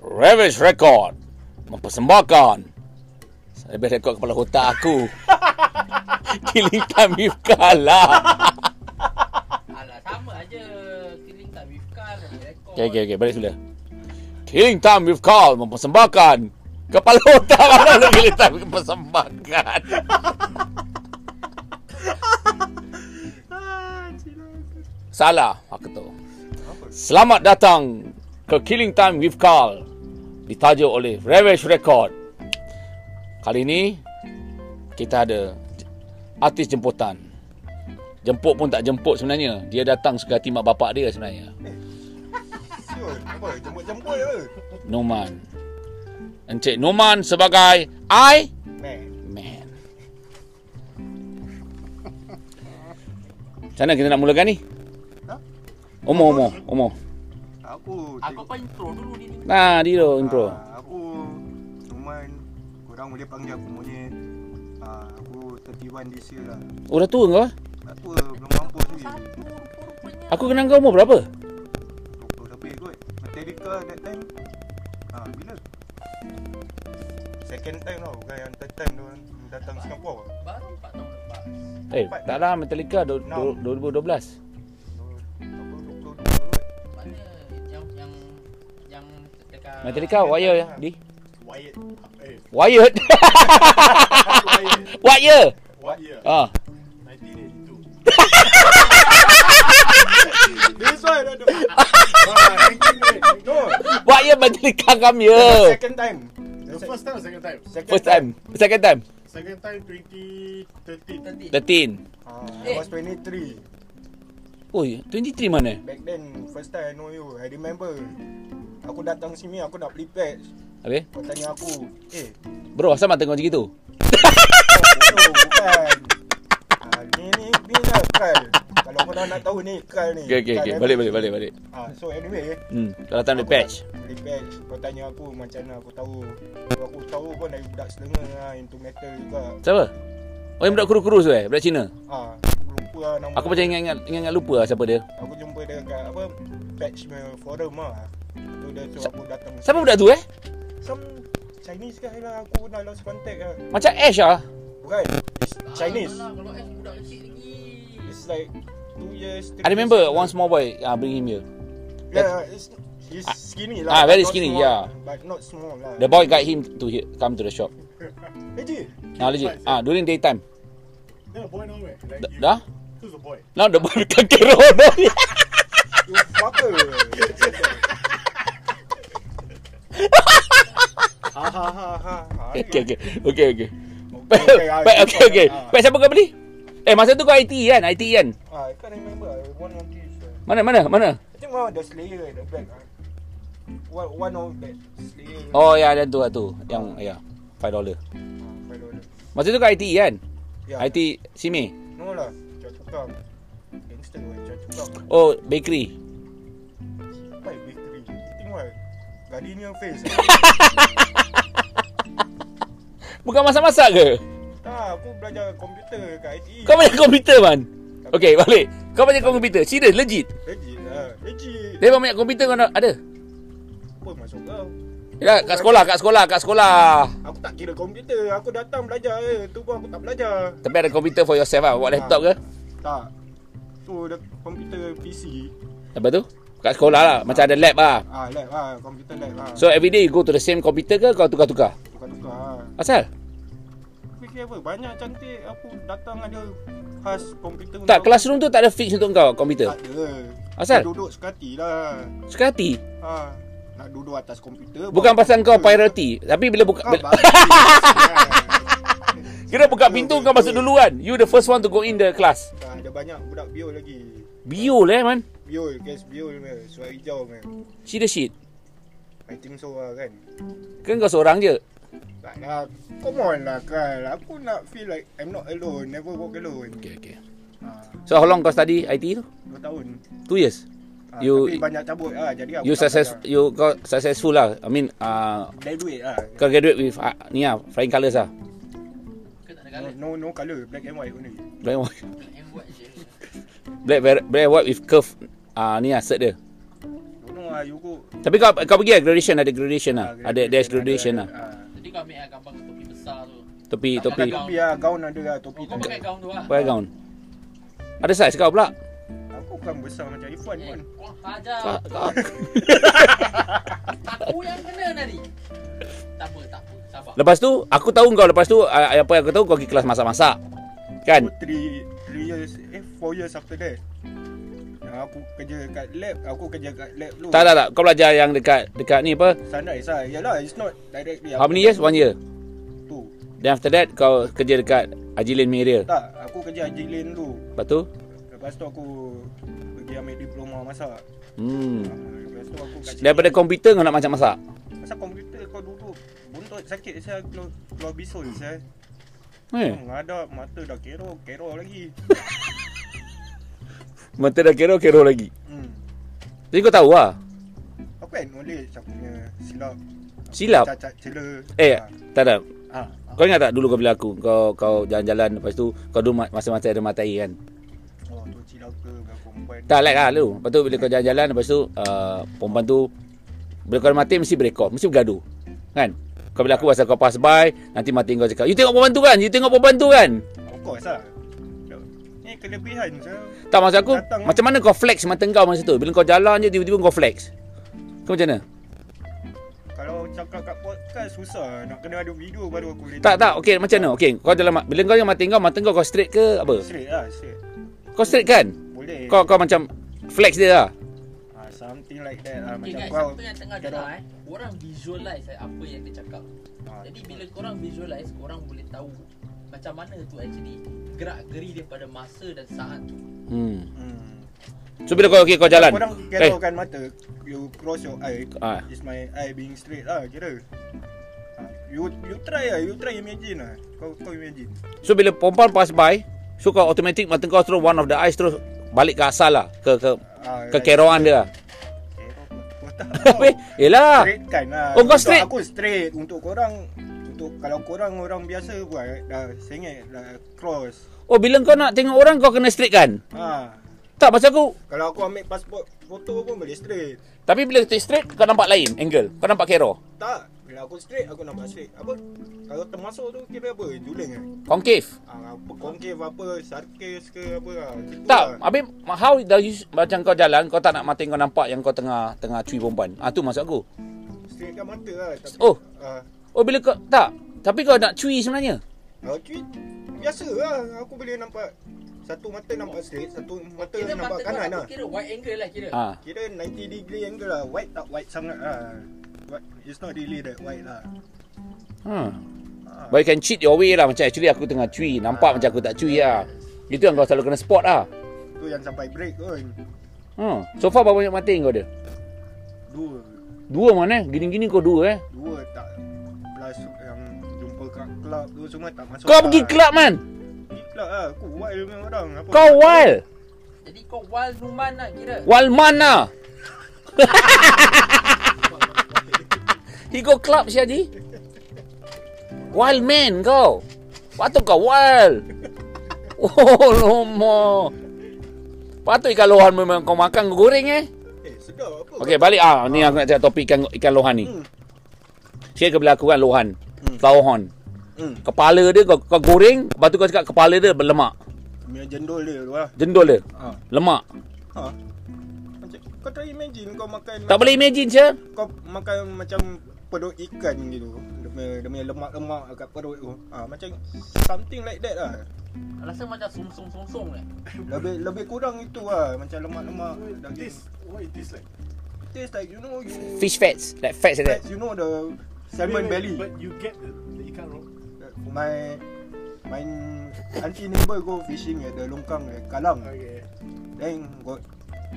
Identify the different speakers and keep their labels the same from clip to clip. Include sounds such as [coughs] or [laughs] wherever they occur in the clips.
Speaker 1: Ravage Record mempersembahkan Ravage Record kepala otak aku. Killing Time with Kala.
Speaker 2: Alah sama aja Killing tak with car Rekod
Speaker 1: Okay, okay, okay. Balik semula. Killing Time with Carl mempersembahkan Kepala otak [laughs] mana lu Killing Time mempersembahkan Salah aku tu Selamat datang ke Killing Time with Carl Ditaja oleh Ravage Record Kali ini kita ada artis jemputan Jemput pun tak jemput sebenarnya Dia datang suka hati mak bapak dia sebenarnya
Speaker 3: Siul, apa? Jemput-jemput apa?
Speaker 1: Noman. Encik Noman sebagai I
Speaker 3: Man.
Speaker 1: Man. Macam mana kita nak mulakan ni?
Speaker 3: Ha?
Speaker 1: Umur, umur, umur.
Speaker 3: Aku...
Speaker 2: Aku Ah, kau intro dulu ni ni.
Speaker 1: Nah, dia tu intro.
Speaker 3: Ah, aku... Cuman... Korang boleh panggil aku monyet. Ah, aku 31 this year lah.
Speaker 1: Oh, dah tua kau? eh?
Speaker 3: Tak tua, belum mampu sendiri.
Speaker 1: Aku kenal kau umur berapa?
Speaker 3: 20 lebih kot. Metallica that time. Ah, bila? Second time tau, bukan yang third time dia orang datang Singapura.
Speaker 2: Baru 4 tahun lepas
Speaker 1: Eh, tak lah Metallica du- du- 2012.
Speaker 3: Dua- 22 kot.
Speaker 2: Mana yang yang yang dekat
Speaker 1: Metallica Wire ya, di.
Speaker 4: Wyatt. Eh,
Speaker 1: Wired. [laughs]
Speaker 4: Wyatt.
Speaker 1: Wire.
Speaker 4: What year?
Speaker 1: Ah.
Speaker 4: 1982.
Speaker 3: This one, [laughs] aduh. No,
Speaker 1: Wire Metallica come
Speaker 3: that's
Speaker 1: here.
Speaker 3: second time.
Speaker 4: The first time or second time?
Speaker 3: Second
Speaker 1: First time. Second time.
Speaker 4: Second time
Speaker 2: 30
Speaker 4: 2013.
Speaker 1: 13.
Speaker 3: Ah, I was 23.
Speaker 1: Oh, 23 mana?
Speaker 3: Back then First time I know you I remember Aku datang sini Aku nak beli patch
Speaker 1: Habis?
Speaker 3: Kau tanya aku Eh
Speaker 1: Bro, asal mata kau macam gitu?
Speaker 3: Hmm. kau bodoh bukan ah, Ni ni ni lah Kal Kalau kau dah nak tahu ni Kal ni
Speaker 1: Okay, okay, okay. Balik, balik, balik, balik.
Speaker 3: ah, So anyway
Speaker 1: Hmm, kalau tak ada patch.
Speaker 3: aku tak Beli patch Kau tanya aku macam mana aku tahu Kalau aku tahu pun dari budak selenge lah Into metal juga
Speaker 1: Siapa? Oh yang budak kurus-kurus tu eh? Budak Cina?
Speaker 3: ah, Aku lupa lah nama
Speaker 1: Aku macam ingat-ingat ingat lupa lah siapa dia.
Speaker 3: Aku jumpa dia kat apa Patch punya forum lah Tu dia suruh aku datang
Speaker 1: Siapa budak tu eh?
Speaker 3: Some Chinese guy lah Aku nak lost contact lah
Speaker 1: Macam Ash lah.
Speaker 3: Bukan. It's Chinese.
Speaker 2: Alah, Kalau eh budak kecil lagi
Speaker 3: It's like two years. three
Speaker 1: I remember
Speaker 3: years.
Speaker 1: one small boy uh, bring him here.
Speaker 3: Yeah, it's he's skinny lah.
Speaker 1: Ah,
Speaker 3: but
Speaker 1: very
Speaker 3: not
Speaker 1: skinny,
Speaker 3: small,
Speaker 1: yeah.
Speaker 3: But not small lah.
Speaker 1: The boy guide him to here, come to the shop.
Speaker 3: Legit.
Speaker 1: Nah, legit. Ah, during daytime.
Speaker 4: Then the boy now where? Like
Speaker 1: D-
Speaker 4: you-
Speaker 1: dah?
Speaker 4: Who's the boy?
Speaker 1: Now the boy [laughs] become Kerono.
Speaker 3: You
Speaker 1: [laughs]
Speaker 3: fucker. ha ha ha ha.
Speaker 1: okay, okay. Okay, okay.
Speaker 3: Okay, okay,
Speaker 1: [laughs]
Speaker 3: ah,
Speaker 1: Pet, okay, okay.
Speaker 3: ah.
Speaker 1: Pet siapa kau beli? Eh, masa tu kau IT kan? IT kan?
Speaker 3: Ah, I can't remember. I One of these. uh,
Speaker 1: Mana, mana, mana?
Speaker 3: I think one of the Slayer at the back. ah. One one of that Slayer.
Speaker 1: Oh, ya, dan tu, ah, tu. Yang, ya. Five dollar.
Speaker 3: Ah, five dollar.
Speaker 1: Masa tu kau IT kan? E,
Speaker 3: Yeah.
Speaker 1: IT Simi.
Speaker 3: No lah. Cua tukang. Gangster. weh, Cua tukang.
Speaker 1: Oh, bakery.
Speaker 3: Why bakery? Think what? Gardenia
Speaker 1: [coughs]
Speaker 3: face.
Speaker 1: Bukan masak-masak ke?
Speaker 3: Tak, aku belajar komputer kat E. ITE.
Speaker 1: Kau banyak komputer man Okay balik Kau banyak komputer Serius legit
Speaker 3: Legit lah. Legit.
Speaker 1: Dia banyak komputer kau nak ada
Speaker 3: Apa masuk kau?
Speaker 1: Yalah kat sekolah Kat sekolah Kat sekolah
Speaker 3: Aku tak kira komputer. Aku datang belajar je. Tu pun aku tak belajar.
Speaker 1: Tapi ada komputer for yourself lah Bawa laptop ke
Speaker 3: Tak. Tu ada komputer PC.
Speaker 1: Lepas tu Kat sekolah lah Macam ada lab lah
Speaker 3: Ah, lab lah. Komputer lab lah.
Speaker 1: So every day you go to the same computer ke Kau tukar-tukar
Speaker 3: Tukar-tukar lah.
Speaker 1: Asal
Speaker 3: Fikir apa? Banyak cantik. Aku datang ada khas komputer
Speaker 1: Tak
Speaker 3: untuk-
Speaker 1: classroom tu tak ada fix untuk kau komputer
Speaker 3: Tak ada.
Speaker 1: Asal?
Speaker 3: Aku Duduk sekati lah.
Speaker 1: Suka hati
Speaker 3: Ha. Nak duduk atas komputer.
Speaker 1: Bukan
Speaker 3: bawa Ah,
Speaker 1: pasal kau
Speaker 3: komputer.
Speaker 1: priority Tapi bila buka
Speaker 3: Kau
Speaker 1: [laughs] bila,
Speaker 3: balik. lah.
Speaker 1: Kira buka pintu kau masuk dulu kan You the first one to go in the class
Speaker 3: Ah, ada banyak budak biol lagi.
Speaker 1: Biol eh man
Speaker 3: Biol, guys biol me. Suara hijau me.
Speaker 1: Serious shit
Speaker 3: I think so lah kan.
Speaker 1: Kan kau seorang je
Speaker 3: Tak lah. Come on lah kan. Aku nak feel like I'm not alone. Never walk alone.
Speaker 1: Okay okay
Speaker 3: Ah,
Speaker 1: So how long kau study IT tu?
Speaker 3: dua tahun.
Speaker 1: Two years
Speaker 3: Ah,
Speaker 1: You-
Speaker 3: tapi banyak cabut lah. Jadi aku
Speaker 1: You
Speaker 3: tak
Speaker 1: success
Speaker 3: belajar.
Speaker 1: you kau successful lah. I mean uh,
Speaker 3: Graduate lah.
Speaker 1: kau graduate with uh, ni lah, flying colours lah.
Speaker 2: Ke tak ada kala
Speaker 3: No, no, no colour. Black and white only.
Speaker 1: Black and white,
Speaker 2: Yang buat je
Speaker 1: black, very- black and white with curve uh, ni lah, cert dia.
Speaker 3: Don't know ah, you go.
Speaker 1: Tapi kau kau pergi ada gradation ada gradation lah.
Speaker 3: Ah,
Speaker 1: Ada there's gradation
Speaker 3: ada,
Speaker 1: lah.
Speaker 3: ada, ah.
Speaker 2: Jadi kau ambil lah gambar kau topi besar tu.
Speaker 1: Topi
Speaker 2: Tak
Speaker 1: topi.
Speaker 2: ada
Speaker 3: Topi ah, gaun ada lah, topi
Speaker 2: Oh,
Speaker 3: tak
Speaker 2: kau pakai
Speaker 3: ada.
Speaker 2: gaun tu lah.
Speaker 1: Pakai gaun. Ada saiz kau pula.
Speaker 3: Aku bukan besar macam Irfan
Speaker 2: Eh,
Speaker 3: pun.
Speaker 2: kau hajar.
Speaker 1: Kau, kau.
Speaker 2: Aku yang kena tadi. Tak apa, tak apa. Sabar.
Speaker 1: Lepas tu aku tahu kau lepas tu ah, apa yang aku tahu kau pergi kelas masak-masak. Kan?
Speaker 3: Aku 3 years, eh 4 years after that. Yang aku kerja kat lab, aku kerja kat lab dulu.
Speaker 1: Tak lah. tak tak kau belajar yang dekat dekat ni apa?
Speaker 3: Sunrise lah. Yalah, it's not directly.
Speaker 1: How many years? One year.
Speaker 3: Tu.
Speaker 1: Then after that kau kerja dekat Haji Lane punya area.
Speaker 3: Tak, aku kerja Haji Lane dulu.
Speaker 1: Lepas tu
Speaker 3: Lepas tu aku pergi ambil diploma masak.
Speaker 1: hmm
Speaker 3: Ah, Lepas tu aku kat
Speaker 1: daripada komputer kau nak macam masak.
Speaker 3: Pasal komputer kau duduk buntut sakit saya keluar, keluar bisul saya.
Speaker 1: Eh,
Speaker 3: Mengadap mata dah kerok, kerok lagi.
Speaker 1: mata dah kero-kero lagi.
Speaker 3: Hmm.
Speaker 1: Jadi kau tahu lah.
Speaker 3: Aku acknowledge aku punya silap. Aku
Speaker 1: Silap?
Speaker 3: Cacat cela.
Speaker 1: Eh,
Speaker 3: Ah.
Speaker 1: tak tak.
Speaker 3: Ah.
Speaker 1: Kau ingat tak dulu kau bila aku kau kau jalan-jalan lepas tu kau dulu ma- masa-masa ada mata air kan.
Speaker 3: Oh, tu cilaka dengan perempuan.
Speaker 1: Tak like lah lu. Lepas tu bila kau jalan-jalan lepas tu uh, perempuan tu bila kau ada mati mesti break off, mesti bergaduh. Kan? Kau bila aku pasal kau pass by, nanti mati kau cakap, "You tengok perempuan tu kan? You tengok perempuan tu kan?"
Speaker 3: Of course lah. Ni kelebihan saya.
Speaker 1: Tak maksud aku,
Speaker 3: Datang.
Speaker 1: macam mana kau flex mata kau masa tu? Bila kau jalan je tiba-tiba kau flex. Kau macam mana?
Speaker 3: Kalau cakap kat podcast susah. Nak kena ada video baru aku boleh.
Speaker 1: Tak tak, okey macam mana? Okey, kau dalam bila kau yang mata kau, mata kau kau straight ke apa?
Speaker 3: Straight lah, straight.
Speaker 1: Kau straight kan?
Speaker 3: Boleh.
Speaker 1: Kau kau macam flex dia lah.
Speaker 3: Ah, something like that lah.
Speaker 2: Okay
Speaker 3: Macam
Speaker 2: guys,
Speaker 3: kau.
Speaker 2: apa yang tengah
Speaker 3: kerok.
Speaker 2: dengar eh Korang visualize eh, apa yang dia cakap
Speaker 3: Ah,
Speaker 2: Jadi bila korang visualize, korang boleh tahu Macam mana tu actually Gerak geri dia pada masa dan saat tu
Speaker 1: Hmm.
Speaker 3: Hmm.
Speaker 1: So bila kau okey kau jalan.
Speaker 3: Korang
Speaker 1: Eh,
Speaker 3: kerokkan mata. You cross your eye.
Speaker 1: ah.
Speaker 3: Is my eye being straight lah kira. Ah, You you try lah, you try imagine lah. Kau kau imagine.
Speaker 1: So bila perempuan pass by, so kau automatic mata kau terus one of the eyes terus balik ke asal lah ke ke
Speaker 3: Ah,
Speaker 1: kekeroan dia. lah.
Speaker 3: Kerok kau tak tahu.
Speaker 1: [laughs] Tapi yelah.
Speaker 3: Straight kan lah.
Speaker 1: Oh, kau
Speaker 3: Untuk
Speaker 1: straight?
Speaker 3: Aku straight. Untuk korang untuk kalau korang orang biasa buat dah sengit dah cross.
Speaker 1: Oh bila kau nak tengok orang kau kena straight kan?
Speaker 3: Ha.
Speaker 1: Tak pasal aku
Speaker 3: Kalau aku ambil pasport foto pun boleh straight.
Speaker 1: tapi bila kita straight kau nampak lain angle. Kau nampak kero.
Speaker 3: Tak. Bila aku straight aku nampak straight. Apa? Kalau termasuk tu kira apa? Juling eh.
Speaker 1: Concave.
Speaker 3: Ah, apa concave apa sarkis ke apa lah. Gitu
Speaker 1: Tak,
Speaker 3: lah.
Speaker 1: habis how dah you, macam kau jalan kau tak nak mata kau nampak yang kau tengah tengah cui perempuan. Ah tu maksud aku.
Speaker 3: Straight kan mata lah. Tapi,
Speaker 1: Oh.
Speaker 3: Ah,
Speaker 1: Oh bila kau tak, tapi kau nak cui sebenarnya.
Speaker 3: Aku cuit biasa lah. Aku boleh nampak satu mata nampak straight, satu mata
Speaker 2: Kira
Speaker 3: nampak
Speaker 2: mata kau
Speaker 3: kanan
Speaker 2: aku
Speaker 3: lah.
Speaker 2: kira wide angle lah kira
Speaker 1: Ah.
Speaker 3: Kira 90 degree angle lah. Wide tak wide sangat lah. But it's not really that wide lah.
Speaker 1: Hmm.
Speaker 3: Ah.
Speaker 1: But you can cheat your way lah Macam actually aku tengah cui Nampak macam aku tak cui lah Itu yang kau selalu kena spot lah
Speaker 3: Tu yang sampai break pun.
Speaker 1: hmm. So far berapa banyak mata yang kau ada?
Speaker 3: Dua.
Speaker 1: Dua mana eh? Gini-gini kau dua eh
Speaker 3: Dua tak. Plus yang jumpa kat club tu semua tak masuk.
Speaker 1: Kau
Speaker 3: lah.
Speaker 1: pergi club man
Speaker 3: Pergi club lah. Aku wild punya orang. Apa
Speaker 1: Kau wild
Speaker 2: Jadi kau wild numan lah kira
Speaker 1: Wild man lah He go club si Haji Wild man kau Patut kau wild Oh lomo Patut ikan lohan memang kau makan kau goreng eh
Speaker 3: Eh sedap apa?
Speaker 1: Okey balik ah ni aku nak cakap topik ikan ikan lohan ni.
Speaker 3: Hmm.
Speaker 1: Share ke belakang kan lohan.
Speaker 3: Hmm.
Speaker 1: Flower horn.
Speaker 3: Hmm.
Speaker 1: Kepala dia kau, kau goreng, lepas tu kau cakap kepala dia berlemak.
Speaker 3: Punya jendol dia tu lah.
Speaker 1: Jendol dia,
Speaker 3: Ha.
Speaker 1: lemak.
Speaker 3: Ha. Macam, kau try imagine kau makan
Speaker 1: Tak boleh imagine je.
Speaker 3: kau makan macam perut ikan gitu dia punya, dia punya lemak-lemak kat perut tu ha, macam something like that lah
Speaker 2: Rasa macam sumsum-sumsum lah
Speaker 3: lebih lebih kurang itu lah macam lemak-lemak
Speaker 4: What it
Speaker 3: daging
Speaker 4: taste? What it taste like?
Speaker 3: taste like you know you
Speaker 1: Fish fats, like fats like that.
Speaker 3: fats, you know the salmon
Speaker 4: Wait, wait,
Speaker 3: belly
Speaker 4: But you get the, the ikan roll.
Speaker 3: my my auntie neighbor go fishing at the longkang at Kalang
Speaker 4: Okay.
Speaker 3: then got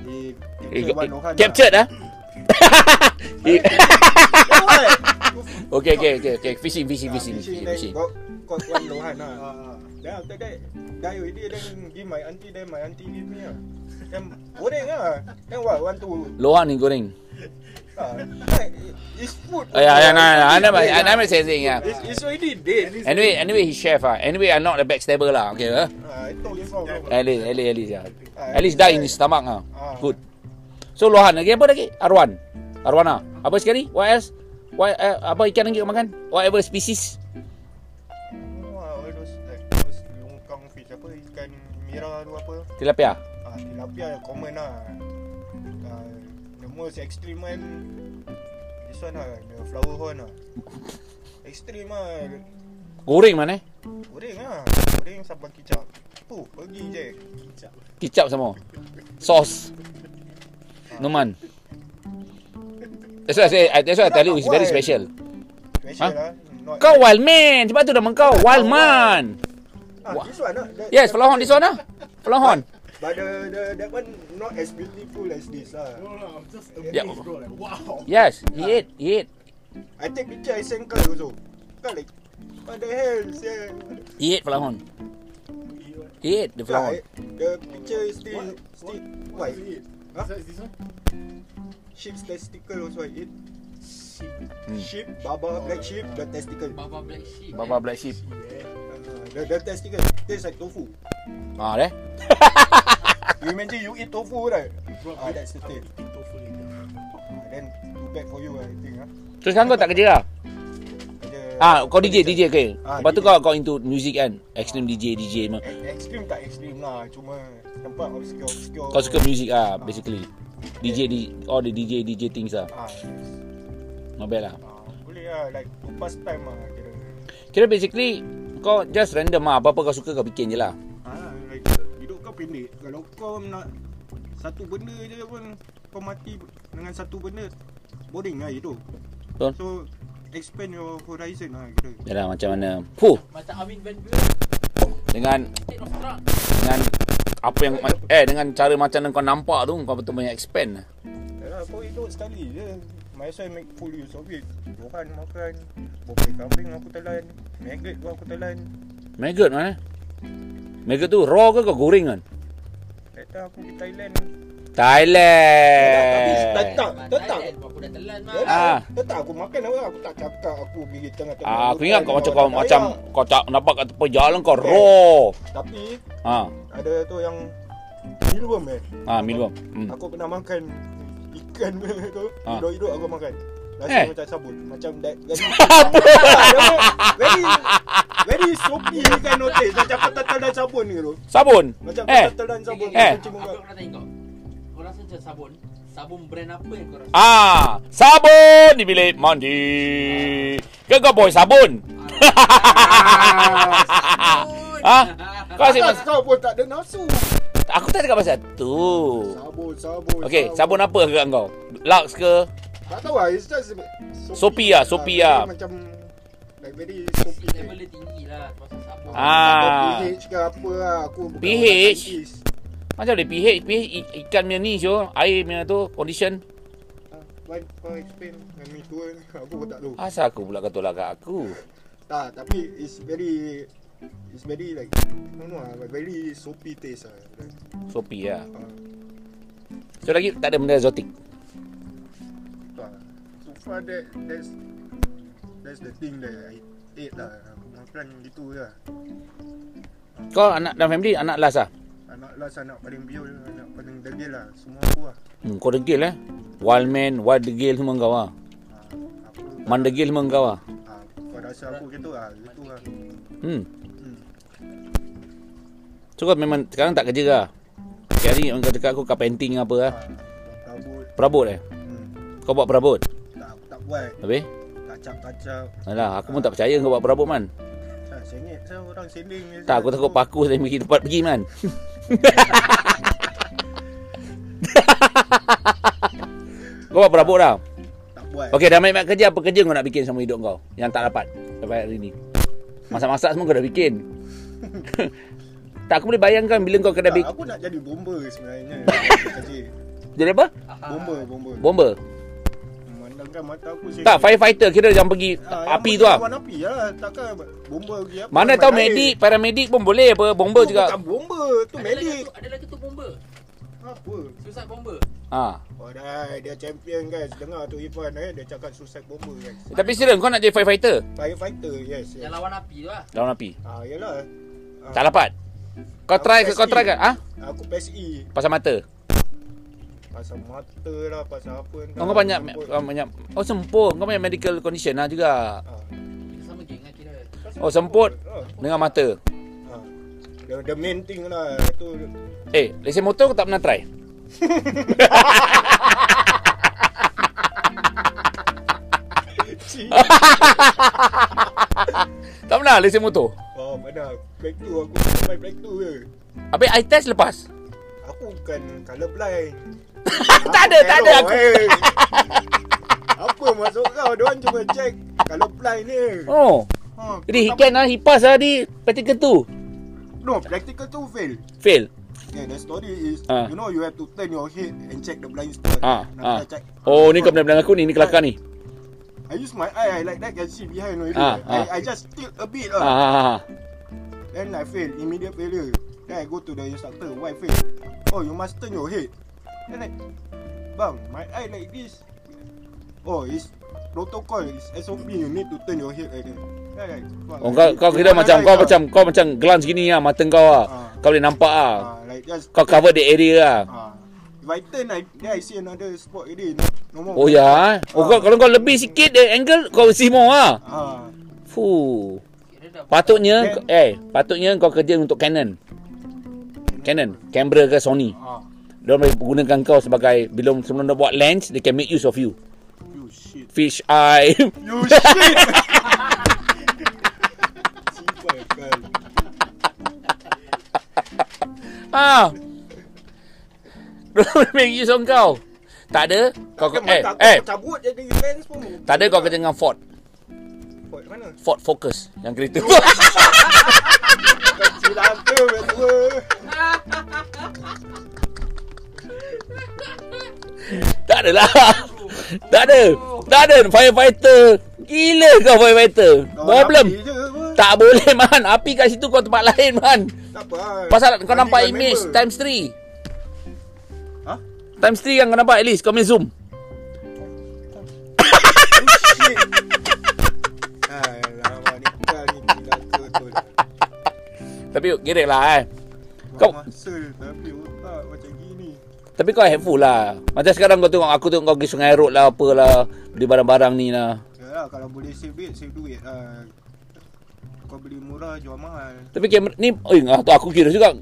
Speaker 3: he
Speaker 1: He,
Speaker 3: capture
Speaker 1: he,
Speaker 3: one lohan
Speaker 1: captured ah. He-
Speaker 3: lah.
Speaker 1: [laughs]
Speaker 3: Alright.
Speaker 1: okay, okay, okay, okay. Fishing, fishing,
Speaker 3: Ah,
Speaker 1: fishing,
Speaker 3: fishing
Speaker 1: fishing.
Speaker 3: then
Speaker 1: fishing.
Speaker 3: got got one lohan lah
Speaker 4: Uh,
Speaker 3: Then after that Die already Then give my auntie Then my auntie give me lah Then goreng lah Then what Want to
Speaker 1: Lohan ni goreng.
Speaker 3: ah, like, It's food
Speaker 1: Oh, yeah, yeah, no, no, no. I never, I
Speaker 3: Yeah.
Speaker 1: never say anything. Yeah.
Speaker 3: It's, it's already dead
Speaker 1: Anyway, anyway, he's chef ah. Anyway, I'm not a backstabber lah. Okay, huh?
Speaker 3: ah, I told you so bro.
Speaker 1: At least, at least, at least, yeah. At least die in his stomach ah. ha. Good. So luahan lagi apa lagi? Arwan. Arwana. Apa sekali? What else? What, uh, apa ikan lagi kau makan? Whatever species.
Speaker 3: Ah,
Speaker 5: Wah, all those like those longkang fish apa ikan merah tu apa?
Speaker 1: Tilapia.
Speaker 5: Ah, tilapia yang common lah. Ah, the most extreme one this one
Speaker 3: ah,
Speaker 5: lah, the flower horn lah. Extreme lah,
Speaker 3: ah.
Speaker 1: Goreng mana? eh?
Speaker 5: goreng lah, goreng sambal kicap. Puh, pergi je.
Speaker 1: Kicap semua. Sauce. Numan. That's why I say, I- that's why I tell you it's very special.
Speaker 5: Special
Speaker 1: Huh?
Speaker 5: lah. Not
Speaker 1: Kau wild man. Sebab tu nama kau wild man.
Speaker 3: Ah,
Speaker 1: Wah.
Speaker 3: this one lah. That,
Speaker 1: Yes,
Speaker 3: that-
Speaker 1: Flahon this one lah. Flahon.
Speaker 3: But the, the, that one not as beautiful as this lah.
Speaker 4: No, no, I'm just amazed,
Speaker 1: Yeah.
Speaker 4: bro. Like, wow.
Speaker 1: Yes, he ate, he ate.
Speaker 3: I take picture, I send Kyle also. Kyle like, what the hell, sia?
Speaker 1: He ate Flahon. He ate the
Speaker 3: Yeah, I,
Speaker 1: Flahon.
Speaker 3: the picture is still,
Speaker 4: What?
Speaker 3: still
Speaker 4: What
Speaker 3: white.
Speaker 4: is it?
Speaker 3: Huh?
Speaker 4: Besides this one?
Speaker 3: Sheep's testicle also I eat.
Speaker 2: Sheep.
Speaker 1: Hmm.
Speaker 3: Sheep, baba, black sheep, the testicle.
Speaker 2: Baba black sheep.
Speaker 1: Baba black sheep.
Speaker 3: Uh, the, the testicle tastes like tofu.
Speaker 1: Ah, there.
Speaker 3: You imagine you eat tofu, right?
Speaker 4: Bro,
Speaker 3: Ah, that's the
Speaker 4: I'm
Speaker 3: thing.
Speaker 4: eating tofu later.
Speaker 3: Ah, then too bad for you, I think. Ah,
Speaker 1: So sekarang kau tak kerja lah?
Speaker 3: Ada-
Speaker 1: Ah, kau DJ, DJ ke?
Speaker 3: Ah,
Speaker 1: Lepas tu
Speaker 3: DJ.
Speaker 1: kau kau into music kan? Extreme DJ, DJ. mah.
Speaker 3: Eh, Extreme tak extreme lah Cuma tempat obscure, obscure.
Speaker 1: Kau suka music ah, basically. DJ, di- all the DJ, DJ things ah.
Speaker 3: ah, yes.
Speaker 1: Not bad lah.
Speaker 3: ah, Boleh lah Like to pass time lah Kira
Speaker 1: Kira basically, kau just random ah. Apa-apa kau suka kau bikin je lah.
Speaker 3: ah, like, Hidup kau pendek Kalau kau nak Satu benda je pun Kau mati Dengan satu benda Boring lah hidup
Speaker 1: Betul.
Speaker 3: So Expand your horizon lah Kira
Speaker 1: Yalah macam mana. Fuh,
Speaker 2: eh. Macam Amin Van Buren.
Speaker 1: dengan
Speaker 2: Head of truck.
Speaker 1: dengan apa yang eh dengan cara macam mana kau nampak tu kau betul banyak expand. lah.
Speaker 3: Yalah kau hidup sekali je Might as well make full use of it Johan makan Bobek kambing aku telan Maggot pun aku telan
Speaker 1: Maggot mana? Maggot tu raw ke kau goreng kan?
Speaker 3: Kata aku di Thailand
Speaker 1: Thailand.
Speaker 3: Tapi tak Tak tak
Speaker 2: Thailand, Aku dah telan lah. mah.
Speaker 1: Ah.
Speaker 3: Ah. Tak aku makan apa aku tak cakap aku pergi tengah-tengah.
Speaker 1: Ah, aku
Speaker 3: hutan,
Speaker 1: ingat kau macam kau
Speaker 3: orang
Speaker 1: macam
Speaker 3: Dayak.
Speaker 1: kau tak nampak kat tepi jalan kau raw.
Speaker 3: tapi
Speaker 1: Ha.
Speaker 3: ada tu yang mealworm eh.
Speaker 1: Ha, minum. Hmm.
Speaker 3: Aku pernah makan ikan [laughs] tu.
Speaker 1: Ah.
Speaker 3: Hidup-hidup aku makan. Rasa
Speaker 1: Eh.
Speaker 3: macam sabun. Macam
Speaker 1: [laughs]
Speaker 3: that very Sabun. very very soapy ikan notis. Macam petal dan sabun ni tu.
Speaker 1: Sabun.
Speaker 3: Macam
Speaker 1: Eh.
Speaker 3: petal dan sabun.
Speaker 1: Eh.
Speaker 2: Eh.
Speaker 3: Macam
Speaker 2: Aku
Speaker 3: muka.
Speaker 2: aku nak tengok. Kau rasa macam sabun? Sabun brand apa yang kau
Speaker 1: [laughs]
Speaker 2: rasa?
Speaker 1: Ah, sabun di bilik mandi. Ke kau boy sabun? Ah, kau asyik
Speaker 3: Atas
Speaker 1: mas-
Speaker 3: kau pun tak ada nafsu.
Speaker 1: Aku tak cakap pasal tu.
Speaker 3: Sabun, sabun.
Speaker 1: Okey, sabun apa agak kau? Lux ke?
Speaker 3: Tak tahu lah, it's just
Speaker 1: Soapy ah, soapy ah.
Speaker 3: very Macam like very
Speaker 2: Kopi
Speaker 3: soapy
Speaker 2: level dia tinggi lah pasal sabun.
Speaker 1: Ah.
Speaker 3: Macam pH ke apa lah, aku bukan
Speaker 1: pH?
Speaker 3: orang scientist.
Speaker 1: Macam dia pH, pH i- ikan punya ni Syul. Air punya tu, condition.
Speaker 3: Ah, Why kau explain dengan ni tua ni, [laughs] aku pun tak tahu.
Speaker 1: Asal aku pula kau tolak kat aku?
Speaker 3: Tak, tapi it's very, it's very like, no no lah, like very soapy taste lah. Like,
Speaker 1: Sopi lah.
Speaker 3: ah,
Speaker 1: So lagi tak ada benda exotic.
Speaker 3: tu lah. So far that, that's, that's the thing that I ate lah. Aku makan gitu je lah.
Speaker 1: Kau anak dan family, anak last lah.
Speaker 3: Anak last, anak paling biol, anak paling degil lah. Semua aku lah.
Speaker 1: Hmm, kau degil eh? Wild man, wild degil semua kau lah.
Speaker 3: Ah, aku,
Speaker 1: Mandegil semua kau lah.
Speaker 3: ah, kau rasa aku gitu lah, gitu lah.
Speaker 1: Hmm.
Speaker 3: Hmm.
Speaker 1: So kau memang sekarang tak kerja lah. Sekali orang kau cakap aku kau painting apa lah.
Speaker 3: Ah, Rambut
Speaker 1: Perabot eh?
Speaker 3: hmm,
Speaker 1: Kau buat perabot?
Speaker 3: tak, aku tak buat
Speaker 1: Habis?
Speaker 3: Kacap-kacap
Speaker 1: Alah, aku pun tak percaya kau buat perabot man.
Speaker 3: Tak sengit saya orang sending je.
Speaker 1: Tak, aku takut paku saya pergi tempat pergi man. [laughs] kau buat perabot dah.
Speaker 3: Tak buat
Speaker 1: Okey, dah main-main kerja, apa kerja kau nak bikin sama hidup kau? Yang tak dapat sampai hari ni. Masak-masak semua kau dah bikin. [laughs] tak, aku boleh bayangkan bila kau kena
Speaker 3: tak,
Speaker 1: bikin.
Speaker 3: aku nak jadi bomba
Speaker 1: [laughs]
Speaker 3: sebenarnya Kerja
Speaker 1: Jadi apa?
Speaker 3: Bomba, bomba
Speaker 1: Bomber.
Speaker 3: Memandangkan mata aku sending Ha,
Speaker 1: Tak, firefighter kira yang pergi api tu lah.
Speaker 3: Lawan api lah Takkan bomba pergi apa
Speaker 1: Mana tahu medik, paramedik pun boleh apa, bomber juga.
Speaker 3: Bukan bomba Tu
Speaker 2: Ada lagi
Speaker 3: medik
Speaker 2: tu, ada lagi tu bomber.
Speaker 3: Apa
Speaker 2: Susah bomber.
Speaker 1: Ha.
Speaker 3: Alright, dia champion guys Dengar tu Ivan eh Dia cakap suicide bomber guys
Speaker 1: Tapi serius kau nak jadi firefighter?
Speaker 3: Firefighter, yes,
Speaker 2: Yang
Speaker 3: yes.
Speaker 2: lawan api tu lah.
Speaker 1: Lawan api.
Speaker 3: Ah, yelah
Speaker 1: Tak dapat. Kau try ke kau try ke? Ah,
Speaker 3: Aku PSE
Speaker 1: pasal mata.
Speaker 3: Ah,
Speaker 5: E. pasal mata lah pasal apa
Speaker 1: Oh, kau banyak
Speaker 5: Semput.
Speaker 1: kau banyak oh sempur kau banyak medical condition lah juga
Speaker 5: Ah,
Speaker 2: Kita sama geng lah kira
Speaker 5: pasal
Speaker 1: Oh, semput.
Speaker 5: Ah,
Speaker 1: dengan mata.
Speaker 5: ah. The, the main thing lah tu
Speaker 1: Eh, lesen motor kau tak pernah [laughs] try. tak pernah lesen motor.
Speaker 5: Oh mana Black 2 aku main Black 2 je
Speaker 1: Habis I test lepas.
Speaker 5: Aku bukan colorblind
Speaker 1: Ah, Eh, tak ada, tak ada aku.
Speaker 5: eh. Apa maksud kau Diorang cuma check Colorblind ni
Speaker 1: Oh.
Speaker 3: Ha,
Speaker 1: Jadi he can lah, he pass lah di practical tu.
Speaker 3: No, practical tu fail.
Speaker 1: Fail.
Speaker 3: Yeah, the story is
Speaker 1: Ah.
Speaker 3: you know you have to turn your head and check the blind spot.
Speaker 1: Ah,
Speaker 3: Nak
Speaker 1: ah.
Speaker 3: kena check.
Speaker 1: Oh, ni kau benar-benar aku ni, ni kelakar ni.
Speaker 3: I use my eye, I like that can see behind already.
Speaker 1: Ah, ah.
Speaker 3: I, I just tilt a bit
Speaker 1: Ha
Speaker 3: lah.
Speaker 1: ha ha.
Speaker 3: Then I fail, immediate failure. Then I go to the instructor, why fail? Oh, you must turn your head. Then I, bang, my eye like this. Oh, it's protocol, it's SOP, you need to turn your head like that. Then I, fuck,
Speaker 1: Oh, kau, kau kira
Speaker 3: Mana
Speaker 1: macam
Speaker 3: I
Speaker 1: kau
Speaker 3: tahu?
Speaker 1: macam kau macam glance gini lah mata kau lah.
Speaker 3: Ah.
Speaker 1: Kau boleh nampak ah.
Speaker 3: Ah, like just
Speaker 1: Kau cover the area lah.
Speaker 3: ah. If I turn, I, then I see another spot already. No more.
Speaker 1: Oh ya. eh? Oh, kau, kalau kau lebih sikit the angle kau see more ah.
Speaker 3: Ah,
Speaker 1: Fuh.
Speaker 2: Kira dah
Speaker 1: Patutnya eh patutnya kau kerja untuk Canon. Canon, Canberra ke Sony.
Speaker 3: ah.
Speaker 1: Dia boleh gunakan kau sebagai belum sebelum dia buat lens, they can make use of you.
Speaker 3: You shit.
Speaker 1: Fish eye. [laughs]
Speaker 3: You shit.
Speaker 5: Simple kan
Speaker 1: [laughs] ah. Dia boleh make use of kau. Tak ada kau
Speaker 5: Kan
Speaker 1: eh
Speaker 5: mata aku
Speaker 1: eh
Speaker 5: Cabut jadi lens pun
Speaker 1: tak ada kau kerja dengan Ford.
Speaker 5: Ford mana
Speaker 1: Ford Focus yang kereta. [laughs]
Speaker 5: Kecil apa Betul
Speaker 1: tak ada lah. tak ada. Tak ada firefighter. Gila kau firefighter. Problem.
Speaker 3: Api je apa.
Speaker 1: Tak boleh [laughs] man. Api kat situ kau tempat lain man.
Speaker 5: Tak apa lah.
Speaker 1: Pasal kau
Speaker 5: Nanti
Speaker 1: nampak
Speaker 5: kau
Speaker 1: image
Speaker 5: remember.
Speaker 1: times 3. Ha?
Speaker 3: Hah?
Speaker 1: Times 3 yang kau nampak at least kau main zoom.
Speaker 5: Shit. Alamak ni kau ni gila kau tu lah.
Speaker 1: Tapi gerek lah eh.
Speaker 3: Kau
Speaker 1: Kau-
Speaker 3: muscle tapi otak macam gini.
Speaker 1: Tapi kau helpful lah. Macam sekarang kau tengok aku tengok kau pergi sungai road lah apalah. Beli barang-barang ni lah.
Speaker 3: Yalah kalau boleh save duit, save duit lah. Kau beli murah, jual mahal.
Speaker 1: Tapi kamera ni, oi, aku, aku kira juga.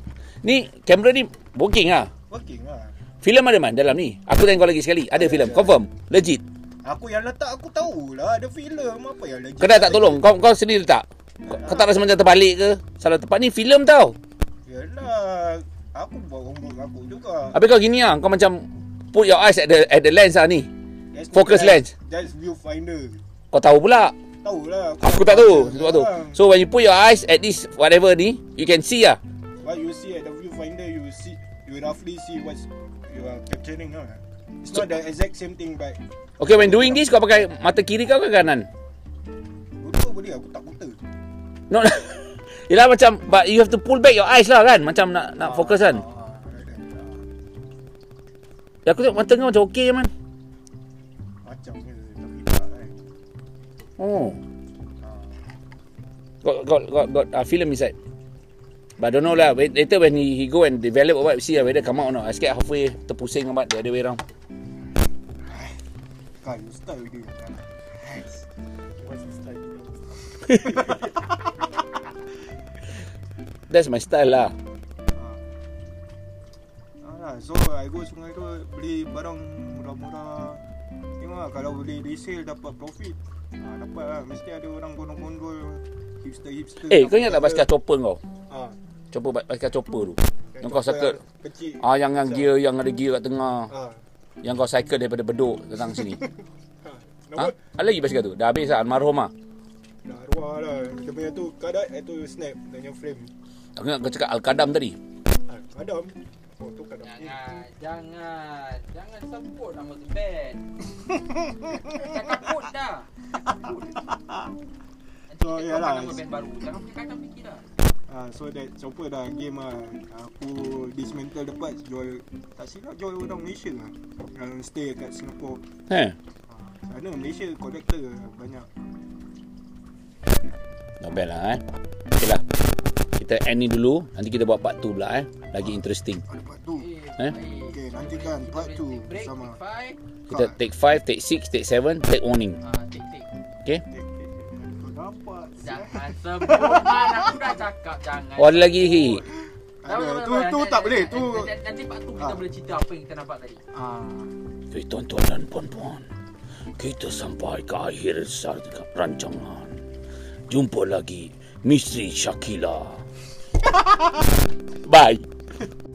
Speaker 1: Ni kamera ni booking lah.
Speaker 5: Working lah.
Speaker 1: Filem ada man dalam ni. Aku tanya kau lagi sekali. Ada filem, confirm. Legit.
Speaker 5: Aku yang letak aku tahu lah ada filem apa yang legit.
Speaker 1: Kedai tak tolong. Kau kau sendiri letak. Kau, kau tak rasa macam terbalik ke? Salah tempat ni filem tau.
Speaker 5: Yalah aku buat homework aku juga.
Speaker 1: Habis kau gini ah, kau macam put your eyes at the at the lens ah ni.
Speaker 5: That's
Speaker 1: Focus
Speaker 5: lens. That's viewfinder.
Speaker 1: Kau tahu pula.
Speaker 5: Tahu lah.
Speaker 1: Aku tak tahu sebab tu. So when you put your eyes at this whatever ni, you can see ah.
Speaker 5: what you see at the viewfinder you see you roughly see what's you are capturing lah. It's
Speaker 1: So-
Speaker 5: not the exact same thing but
Speaker 1: Okay, when doing this kau pakai mata kiri kau ke kanan?
Speaker 5: buta boleh aku tak buta.
Speaker 1: No. [laughs] Yelah macam but you have to pull back your eyes lah kan. Macam nak nak fokus
Speaker 5: Ah, like
Speaker 1: kan.
Speaker 5: that lah.
Speaker 1: Ya, aku tengok mata kau macam okey je man.
Speaker 5: Macam je tapi tak kan.
Speaker 1: Oh.
Speaker 5: Ah.
Speaker 1: got got got got uh, film inside. But I don't know lah. Wait, later when he, he go and develop or what, we see lah whether come out or not. I scared halfway terpusing or what the other way round.
Speaker 5: Kau you start already. Ah, What's the start?
Speaker 1: That's my style lah.
Speaker 3: Alah, Ha. Ah, lah. so I go sungai tu beli barang murah-murah. Tengok lah, kalau boleh resale dapat profit. Ah, dapat lah. Mesti ada orang gondol-gondol. Hipster-hipster.
Speaker 5: Hmm.
Speaker 3: Ha.
Speaker 1: Eh, kau ingat tak basikal chopper kau?
Speaker 5: Ah.
Speaker 1: Chopper ba- basikal chopper tu.
Speaker 5: yang
Speaker 1: Yang kau
Speaker 5: Eh, chopper
Speaker 1: circle.
Speaker 5: yang Kecil.
Speaker 1: Ah, yang yang gear yang ada gear kat tengah.
Speaker 3: Ha.
Speaker 5: Ah.
Speaker 1: Yang kau cycle daripada Bedok datang
Speaker 5: [laughs]
Speaker 1: sini. ha?
Speaker 5: Nombor
Speaker 1: Ada lagi basikal tu? Dah habis lah almarhum ah.
Speaker 5: Dah arwah lah Dia punya tu kadat Eh tu snap Dia punya frame
Speaker 1: Aku ingat kau cakap Al-Qadam tadi.
Speaker 3: Ha,
Speaker 5: ah, Kadam Oh tu kadam
Speaker 2: Ya, Jangan Jangan Jangan sebut nama tu [laughs] band Cakap put dah Nanti
Speaker 3: So,
Speaker 2: kita
Speaker 3: Oh, yalah.
Speaker 2: keluarkan nama band baru Jangan cakap-cakap fikir lah. dah
Speaker 3: Ah, so that chopper dah game lah. Aku dismantle the parts jual. Tak silap jual orang Malaysia lah. Yang stay kat Singapore.
Speaker 5: Eh.
Speaker 1: Heh.
Speaker 3: Ah, sana Malaysia collector banyak.
Speaker 1: Not bad lah eh. Okay lah. Kita end ni dulu. Nanti kita buat part 2 pula eh. Lagi interesting.
Speaker 3: Ada part Ah, tu.
Speaker 2: Eh,
Speaker 1: Eh?
Speaker 2: baik.
Speaker 3: Okay. Okay, nantikan part 2
Speaker 2: break,
Speaker 3: bersama.
Speaker 2: take five.
Speaker 1: Kita take 5, take 6, take 7, take warning.
Speaker 2: Ah, take, take.
Speaker 3: Eh, Dapat.
Speaker 2: Jangan sebut man. Aku dah cakap jangan.
Speaker 1: Oh, ada lagi.
Speaker 2: sebut. Tak, tak,
Speaker 3: Ada, tu
Speaker 2: tak,
Speaker 3: tu
Speaker 2: tak,
Speaker 3: tak
Speaker 2: tak,
Speaker 3: boleh.
Speaker 2: tak,
Speaker 3: Tu
Speaker 2: tak, tak, Nanti part tu kita
Speaker 3: Ah.
Speaker 2: boleh cerita apa yang kita nampak tadi.
Speaker 3: ah
Speaker 1: Okay, tuan-tuan dan puan-puan. Kita sampai ke akhir sarga rancangan. Jumpa lagi Misteri Shakila. [laughs] Bye.